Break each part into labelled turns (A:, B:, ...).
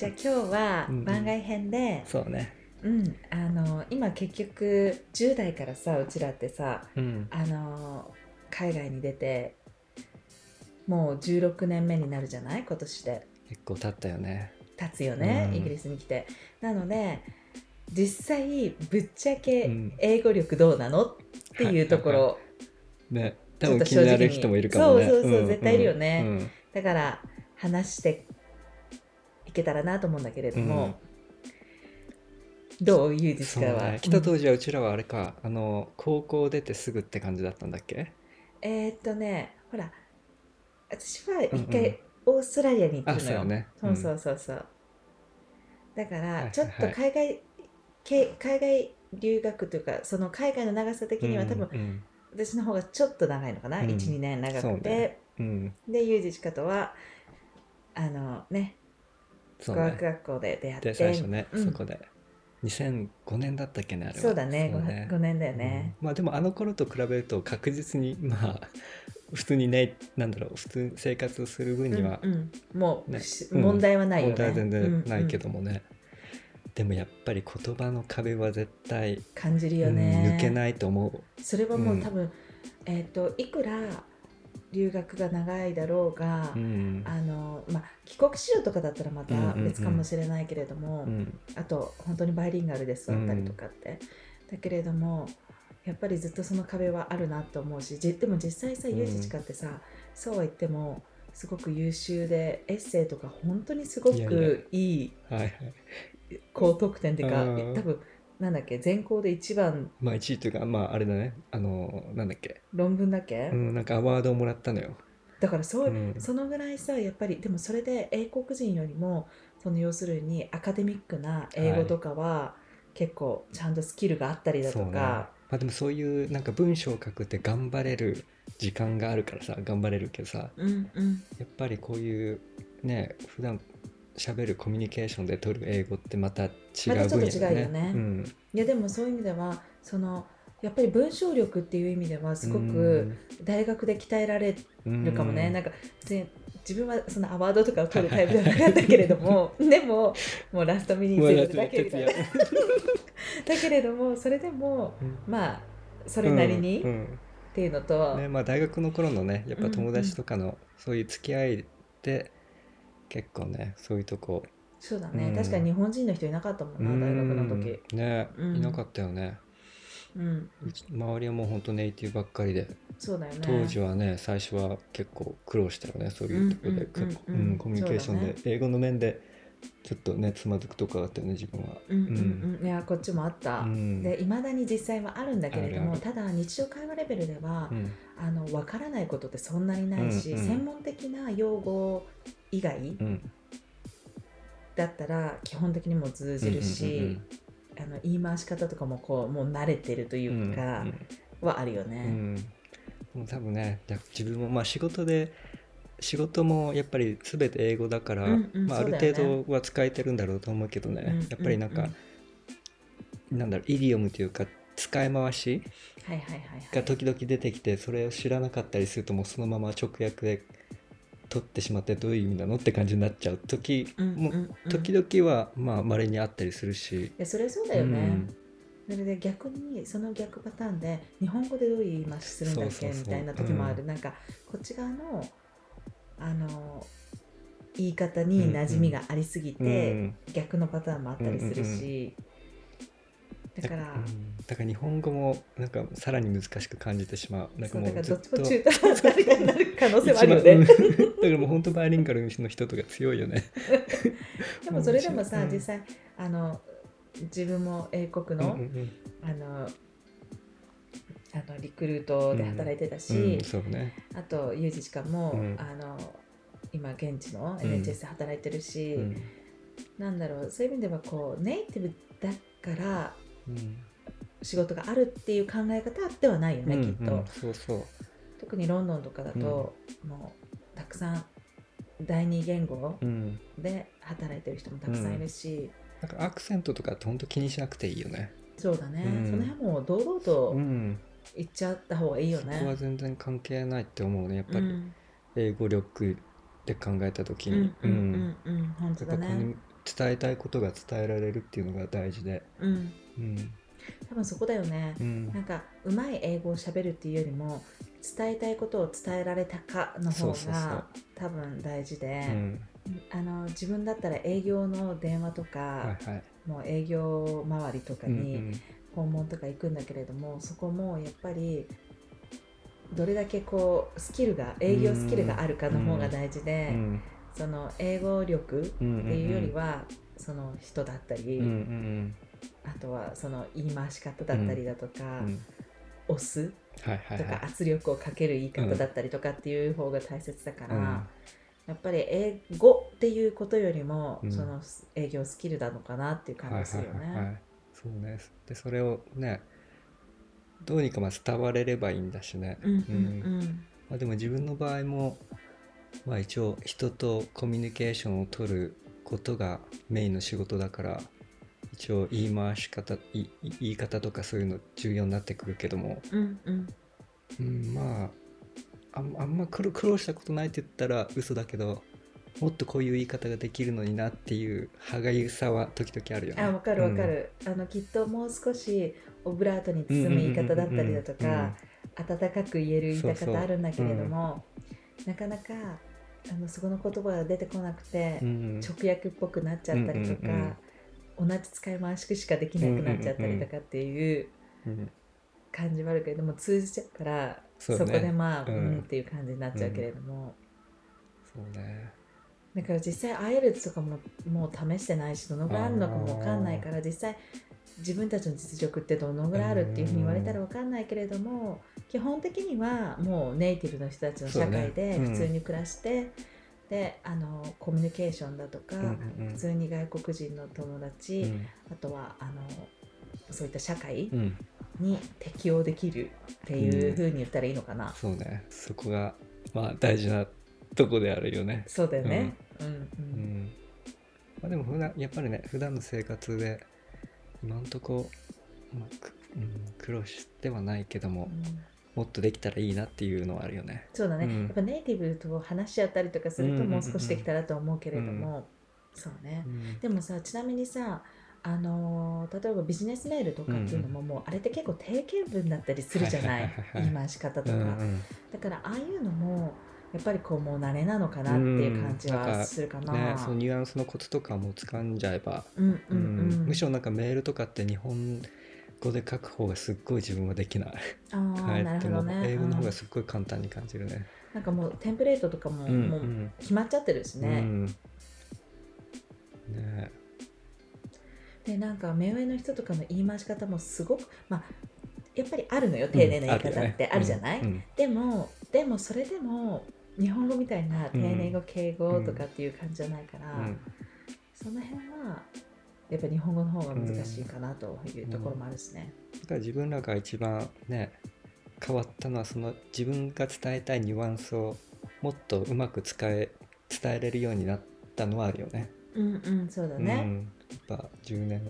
A: 今日は
B: うんうん
A: 番外編で、
B: そうね
A: うんあの今結局10代からさうちらってさ
B: うん
A: あの海外に出てもう16年目になるじゃない今年で
B: 結構経ったよね
A: 経つよね、
B: うん
A: イギリスに来てなので実際ぶっちゃけ
B: うん
A: 英語力どうなのっていうところ、
B: ね
A: ち
B: 多
A: ょっ
B: 分
A: と
B: 気
A: 正直
B: に
A: に
B: なる人もいるかもね
A: そうそうそうん絶対いるよね
B: うん
A: だから話していけたらなと思うんだけれども、どうユージ
B: そ
A: シ
B: う
A: カは、
B: ね来た当時はうちらはあれかあの高校出てすぐって感じだったんだっけ
A: うんえーっとねほら私は
B: うんうん
A: 一回オーストラリアに行っ
B: あ
A: て
B: そう
A: るのよ、
B: よね
A: そうそ
B: ん
A: うそうそうだか
B: いはいは
A: ら
B: い
A: ちょっと海外、け海外留学というかその海外の長さ的には多分
B: うん
A: 私の方がちょっと長いのかな、
B: うん
A: 12年長
B: そう
A: くて、
B: ねうん
A: でユージシカとはあのね
B: そ
A: 語
B: うね
A: 学学校で出会っ
B: で
A: て
B: 最初ね
A: うん
B: そこで2005年だったっけねあれは
A: そうだね
B: そ
A: 五
B: う
A: 5年だよね、
B: うんまあでもあの頃と比べると確実にまあ 普通にないなんだろう普通に生活をする分には
A: うんうんもう、
B: ね
A: 不思
B: うん
A: 問題はないよね
B: 問題は全然ないけど
A: うんうん
B: もね、でもやっぱり言葉の壁は絶対、
A: 感じる
B: う
A: よ
B: ん
A: ね、
B: 抜けないと思う
A: それはもううん多分、えっ、といくら留学が長いだろうが、
B: うん
A: あのまあ、帰国子女とかだったらまた別かもしれないけれども、
B: うん
A: あと本当にバイリンガルで育ったりとかって、だけれどもやっぱりずっとその壁はあるなと思うしじでも実際さ
B: うん
A: ユージチカってさ、そうは言ってもすごく優秀でエッセイとか本当にすご
B: いやいや
A: くいい
B: はいはい
A: 高得点っていうか
B: うん
A: 多分なんだっけ全校で一番
B: まあ1位というかまああれだねあのなんだっけ、
A: 論文だっけ、
B: うん、なんかアワードをもらったのよ、
A: だからそう、
B: うん
A: そのぐらいさやっぱりでもそれで英国人よりもその要するにアカデミックな英語とかは結構ちゃんとスキルがあったりだ
B: そ
A: と
B: うね
A: か
B: ま、あでもそういうなんか文章を書くって頑張れる時間があるからさ頑張れるけどさ
A: うんうん
B: やっぱりこういうね普段喋るコミュニケーションで取る英語ってまた違う
A: ま
B: 分
A: た
B: 野
A: ちょっと
B: だ
A: 違うよね
B: うん、
A: いやでもそういう意味ではそのやっぱり文章力っていう意味ではすごく大学で鍛えられ
B: うん
A: るかもね、
B: うん
A: なんか別に自分はそのアワードとかを取るタイプではなかったけれども でももうラストミニ
B: うわ
A: ーズだ けみた
B: 徹
A: いな
B: 夜
A: だけれどもそれでもまあそれなりに
B: うん
A: っ
B: うん
A: ていうのと、
B: ねまあ、大学の頃のねやっぱ友達とかのそういう付き合いで結構ねそういうとこ
A: そうだね、
B: うん
A: 確かに日本人の人いなかったもんな大学の時
B: うんね、
A: うん
B: いなかったよね
A: うん、
B: うち周りはもうほんとネイティブばっかりで
A: そうだよね
B: 当時はね最初は結構苦労したよねそういうところで、
A: うんうんう
B: く
A: んうん
B: うんコミュニケーション
A: そう
B: で、英語の面でちょっとねつまずくとこあったよね自分は。
A: うんうんうんいやこっちもあった、
B: うん
A: でいまだに実際はあるんだけれども
B: ある
A: ただ日常会話レベルでは
B: う、ん
A: あの分からないことってそんなにないし、
B: うんうん
A: 専門的な用語以外
B: うん
A: だったら基本的にもう通じるし、あの言い回し方とかもこうもう慣れてるとい
B: うんうんうん
A: うか、はあるよ
B: う
A: ね。
B: んもう多分ねだ自分もまあ仕事で仕事もやっぱり全て英語だから、
A: うんうん
B: まあ、あ
A: そう
B: る
A: だよね
B: 程度は使えてるんだろうと思うけどね、
A: うん
B: やっぱりなんか、
A: うんうん
B: なんだろうイディオムというか使い回し
A: はいはいはいはい。
B: が時々出てきてそれを知らなかったりするともうそのまま直訳で取ってしまってどういう意味なのって感じになっちゃう時
A: うんうん
B: も、
A: うん
B: 時々はまあ稀にあったりするし
A: い。やそれはそうだよね。それで逆にその逆パターンで日本語でどういう言い回しするんだっ
B: そうそ
A: け
B: うそう
A: みたいな時もある、なんかこっち側のあの言い方に馴染みがありすぎ
B: うん
A: て、
B: うん
A: 逆のパターンもあったりするし、だから、
B: うんだから日本語もなんかさらに難しく感じてしまう。なん
A: そ
B: か
A: う
B: も
A: だ
B: う
A: から
B: ず
A: ど
B: っ
A: っち
B: と
A: も中途半端になる可能性はあ
B: 一
A: る
B: 番
A: よ
B: うん
A: ね
B: だ。からもう本当バイリンガルの人とか強いよね。
A: でもそれでもさ、
B: うん
A: 実際あの自分も英国
B: うん
A: の,、
B: うん
A: あのあのリクルートで働いてたし。
B: うん、うんそうね。
A: あとユージしかも、
B: うん
A: あの今現地の
B: うん
A: NHS で働いてるし、
B: うん
A: なんだろうそういう意味ではこうネイティブだから
B: うん
A: 仕事があるっていう考え方ではないよね、きっと、
B: うんうんそうそう。
A: 特にロンドンとかだと、もうたくさん第二言語
B: うん。
A: で働いてる人もたくさんいるし、
B: なんかアクセントとかって本当気にしなくていいよね。
A: そうだね、
B: うん
A: その辺も堂々と
B: うん。
A: 言っちゃった方がいいよ
B: そこは
A: ね。
B: 全然関係ないって思うねやっぱ
A: う
B: り
A: ん
B: 英語力で考えた時
A: うん
B: に
A: うんうんうん本当
B: やっぱ
A: だ
B: コミュ
A: ね
B: ニ伝えたいことが伝えられるっていうのが大事で、
A: うん、
B: うん
A: 多分そこだよね
B: う
A: なん
B: ん、
A: かうまい英語をしゃべるっていうよりも伝えたいことを伝えられたかの方
B: そうそうそう
A: が多分大事
B: う
A: で、
B: ん、
A: あの自分だったら営業の電話とか、
B: はいはい、
A: もう営業周りとか
B: うん
A: に訪問とか行くんだけれども、そこもやっぱりどれだけこうスキルが営業スキルがあるかの方が大事で、
B: うん
A: その英語力っ
B: う
A: て
B: ん、
A: いうよりは、その人だったり、
B: うんうん
A: あとはその言い回し方だったりだとか、
B: うん、うん
A: 押す
B: はいはい
A: と
B: は
A: か
B: い、
A: 圧力をかける言い方だったりとかっていう方が大切だから、
B: うん
A: やっぱり英語っていうことよりも、
B: うん
A: その営業スキルなのかなっていう感じするよ
B: はいはいはい
A: ね。
B: はい、そうねでそれをねどうにかまあ伝われればいいんだしね、
A: うん
B: うん
A: うん
B: まあ、でも自分の場合も、まあ、一応人とコミュニケーションを取ることがメインの仕事だから一応言い回し方いい言い方とかそういうの重要になってくるけども、
A: うんうん
B: うん、まああんあんま苦労苦労したことないって言ったら嘘だけどもっとこういう言い方ができるのになっていう歯がゆさは時々あるよね。
A: あわかるわか
B: うん
A: る、あのきっともう少しオブラートに包む言い方だったりだと
B: うんうんうんうん
A: か温かく言える言い
B: そうそう
A: 方あるんだけれどもなかなかあのそこの言葉が出てこなくて、
B: うんうん
A: 直訳っぽくなっちゃったりとか、
B: うんうん
A: 同じ使い回ししかできなくなっちゃったりとかっていう
B: うん
A: 感じはあるけれども通じちゃうから
B: そ
A: そう
B: ね
A: こでまあ、
B: う
A: うんん、っていう感じになっちゃうけれども、
B: そうね
A: だから実際 IELTS とかももう試してないしどのぐらいあるのかも分かんないから実際自分たちの実力ってどのぐらいあるっていうふうに言われたら分かんないけれども基本的にはもうネイティブの人たちの社会で
B: そうねうん
A: 普通に暮らして、であのコミュニケーションだとか、
B: うんうんうん
A: 普通に外国人の友達、
B: うん
A: あとはあのそういった社会
B: うん
A: に適応できるっていうふうに言ったらいいのかな、
B: そうねそこがまあ大事なとこであるよね。
A: そうだよね、うん
B: う
A: うん
B: んまあ、でも普段やっぱりね普段の生活で今んとこ、まあくうん、苦労してはないけども
A: うん
B: もっとできたらいいなっていうのはあるよね。
A: そうだね、
B: うん
A: やっぱネイティブと話し合ったりとかすると
B: うん
A: もう少しできたらと思うけれども、そうね
B: うん
A: でもさちなみにさあのー例えばビジネスメールとかっていうのも、もうあれって結構定型文だったりするじゃな
B: はい
A: い
B: はいはいはい
A: 言い回し方とか、
B: うんうん
A: だからああいうのもやっぱりこうもう慣れなのかなっていう感じ
B: うんなん
A: は
B: か
A: するかな,、
B: ね、そのニュアンスのコツとかも掴んじゃえば、
A: うんうんうん
B: うんむしろなんかメールとかって日本語で書く方がすっごい自分はできない。
A: あー
B: え
A: なる
B: て
A: ほど
B: も
A: ね
B: 英語の方
A: う
B: が
A: ん
B: すっごい簡単に感じるね。
A: なんかもうテンプレートとかも、
B: うん
A: も
B: う
A: うん決まっちゃってるしね、
B: うんねえ
A: でなんか目上の人とかの言い回し方もすごくまあやっぱりあるのよ丁寧な言い方ってあるじゃない、
B: うんうん
A: でもでもそれでも日本語みたいな丁寧語敬語とかっていう感じじゃないから、
B: うん
A: その辺はやっぱ日本語の方が難しいかなというところもあるしね、
B: だから自分らが一番ね変わったのはその自分が伝えたいニュアンスをもっとうまく使え伝えれるようになったのはあるよね。
A: うん、うんそうだ
B: う
A: ね、
B: ん、やっぱ10年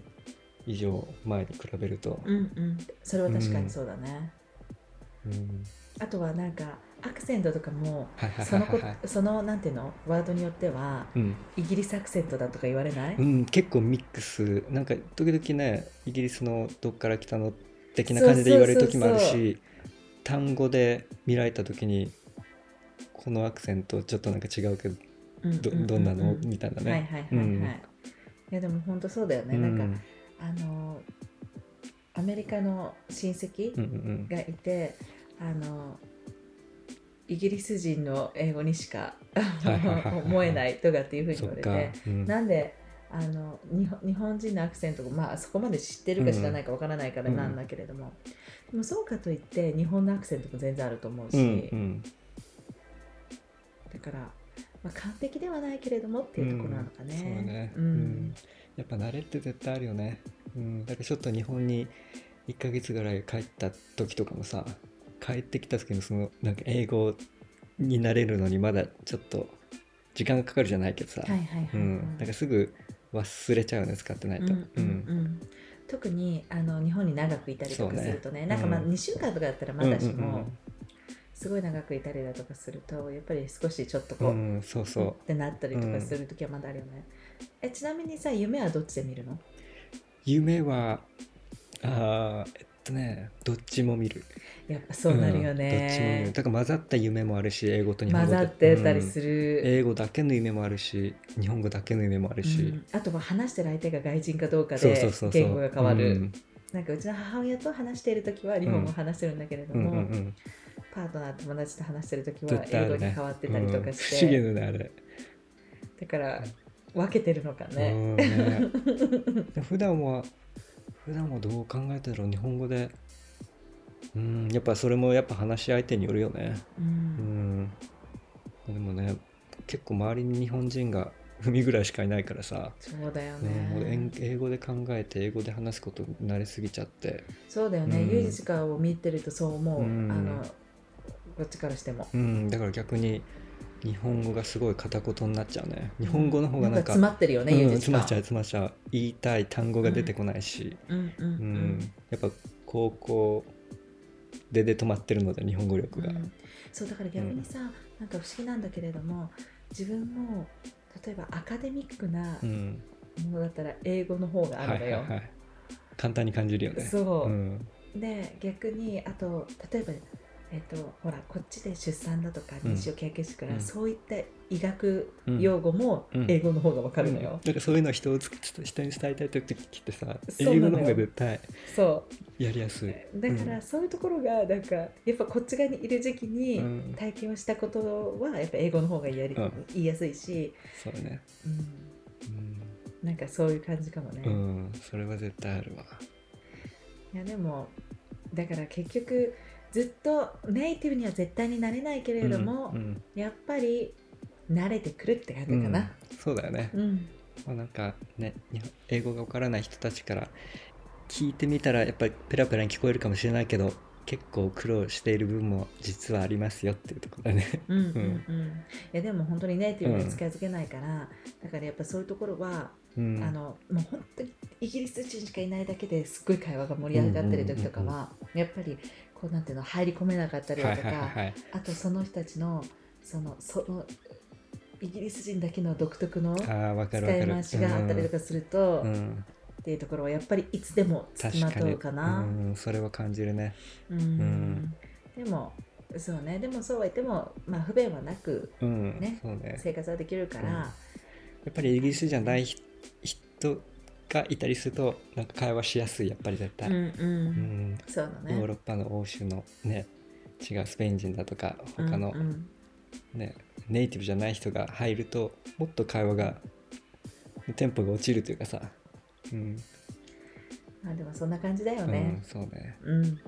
B: 以上前に比べると、
A: うん、うんそれは確かにそうだね、
B: うん
A: あとはなんかアクセントとかも
B: はいはい
A: そ
B: は
A: の
B: いは
A: こ
B: いはい、
A: そのなんていうのワードによっては
B: うん
A: イギリスアクセントだとか言われない、
B: うん、結構ミックスなんか時々ねイギリスのどっから来たの的な感じで言われる時もある
A: そうそう
B: し単語で見られた時にこのアクセントちょっとなんか違うけど
A: うん
B: ど
A: ううう
B: どんなのみたいなね。
A: はいはいはいはい、
B: うん
A: いやでも本当そうだよね、なんかあのアメリカの親戚
B: うんうん
A: がいて、あのイギリス人の英語にしか
B: いはいはいはい
A: 思えないとかっていうふう
B: うん、
A: に
B: そ
A: 言
B: っ
A: われ
B: か
A: て、
B: うん、
A: なんであの日本日本人のアクセントを、まあ、そこまで知ってるか知らないかわからないから
B: うん
A: なんだけれども、でもそうかといって日本のアクセントも全然あると思うし、
B: うんうん、
A: だから、まあ、完璧ではないけれどもっていうところなのかね。
B: そうね、
A: うん
B: やっぱ慣れって絶対あるよね、うん、だからちょっと日本に1ヶ月ぐらい帰った時とかもさ帰ってきた時のそのなんか英語になれるのにまだちょっと時間がかかるじゃないけどさ、
A: はいはいはいはい、
B: うん、だからすぐ忘れちゃうよね使ってないと、
A: うんうんうん特にあの日本に長くいたりと
B: そう
A: か
B: ね
A: するとねなんかまあ
B: うん
A: 2週間とかだったらまだしも、
B: うんうんうん
A: すごい長くいたりだとかするとやっぱり少しちょっとこ
B: う
A: う、
B: んそうそう
A: ってなったりとかする時はまだあるよね、えちなみにさ夢はどっちで見るの
B: 夢はあーえっとねどっちも見る
A: やっぱそうなるよ
B: うんどっちも見
A: ね
B: る、だから混ざった夢もあるし英語と日本
A: 混
B: 語で
A: ざってたりす
B: うん
A: る、
B: 英語だけの夢もあるし日本語だけの夢もある
A: う
B: し、
A: んあとは話してる相手が外人かどうか
B: そうそう
A: で
B: そうそう
A: 言語が変わる、
B: うん
A: なんかうちの母親と話している時は日本語話してるんだけれど
B: うん
A: も、
B: うんうん
A: パートナー友達と話してる時は
B: 絶対あ
A: 英語
B: る
A: に
B: ね
A: 変わってたりとかし
B: う
A: て、
B: ん不思議だね
A: だから分けてるのか
B: あれ、
A: ね、
B: うんねで普段は普段はどう考えてるの日本語でうんやっぱそれもやっぱ話し相手によるよね
A: う
B: うんんでもね結構周りに日本人が海ぐらいしかいないからさ、
A: そうだよ
B: うん
A: ね、
B: 俺英英語で考えて英語で話すことに慣れすぎちゃって
A: そうだよね、
B: うん
A: ユージシカを見てるとそう思う、
B: うん
A: あのこっちからしても
B: うんだから逆に日本語がすごい片言になっちゃうね日本語の方がなんか
A: 詰まってるよね、
B: う
A: ユー
B: ん
A: ジシ
B: 詰
A: カ
B: まっちゃう詰まっちゃう言いたい単語が出てこないし、
A: うんうん
B: う
A: うんん
B: やっぱ高校でで止まってるので日本語力が、
A: うんそうだから逆にさ、なんか不思議なんだけれども自分も例えばアカデミックな
B: うん
A: ものだったら英語の方があるのよ、
B: い、簡単に感じるよね
A: そう、
B: ん
A: で逆にあと例えばえっとほらこっちで出産だとか
B: うん
A: 妊娠を経験してから、
B: うん
A: そういった医学
B: うん
A: 用語も
B: うん
A: 英語の方がわかるの
B: うん
A: よ、
B: だからそういうのを人をつ人に伝えたい時ってさ
A: そう
B: 英
A: なのよ
B: 語の方が絶対
A: そう
B: やりやすい
A: だからそういうところがなんかやっぱこっち側にいる時期
B: う
A: に
B: ん
A: 体験をしたことはやっぱ英語の方がやり、
B: うん
A: 言いやすいし、
B: そうね
A: うん、
B: うん、
A: なんかそういう感じかもね、
B: うん、それは絶対あるわ
A: いやでもだから結局ずっとネイティブには絶対になれないけれども、
B: うん
A: やっぱり慣れてくるって感じ
B: うん
A: かな、
B: うんそうだよね、
A: うん
B: まあ、なんかね日本英語がわからない人たちから聞いてみたらやっぱりペラペラに聞こえるかもしれないけど結構苦労している部分も実はありますよっていうところだね。
A: うんうんうんいやでも本当にネイティブには近づけないから、だからやっぱそういうところは
B: うん
A: あのもう本当にイギリス人しかいないだけですっごい会話が盛り上がってる時とかは、やっぱりこうなんていうの入り込めなかったり
B: は
A: だ
B: い
A: とか、
B: はいはいはい
A: あとその人たちのそのそのイギリス人だけの独特の
B: あ
A: 使
B: あわか
A: い
B: るわかる。
A: 回しがあったりとかすると、
B: うん、う
A: っ
B: ん
A: ていうところはやっぱりいつでも付
B: 確
A: きま
B: か
A: と
B: に
A: うかな。
B: うん、それは感じるね。
A: うんでもそうねでもそうは言っても、まあ、不便はなく
B: うん、
A: ね
B: そうね。
A: 生活はできるから、
B: やっぱりイギリスじゃない人人がいたりするとなんか会話しやすいやっぱり絶
A: う
B: 対。
A: んう
B: うんん
A: そうだね
B: ヨーロッパの欧州のね違うスペイン人だとか他の
A: うんうん
B: ね、ネイティブじゃない人が入るともっと会話がテンポが落ちるというかさ、うん
A: まあでもそんな感じだよ
B: うん
A: ね。
B: そうね
A: うん。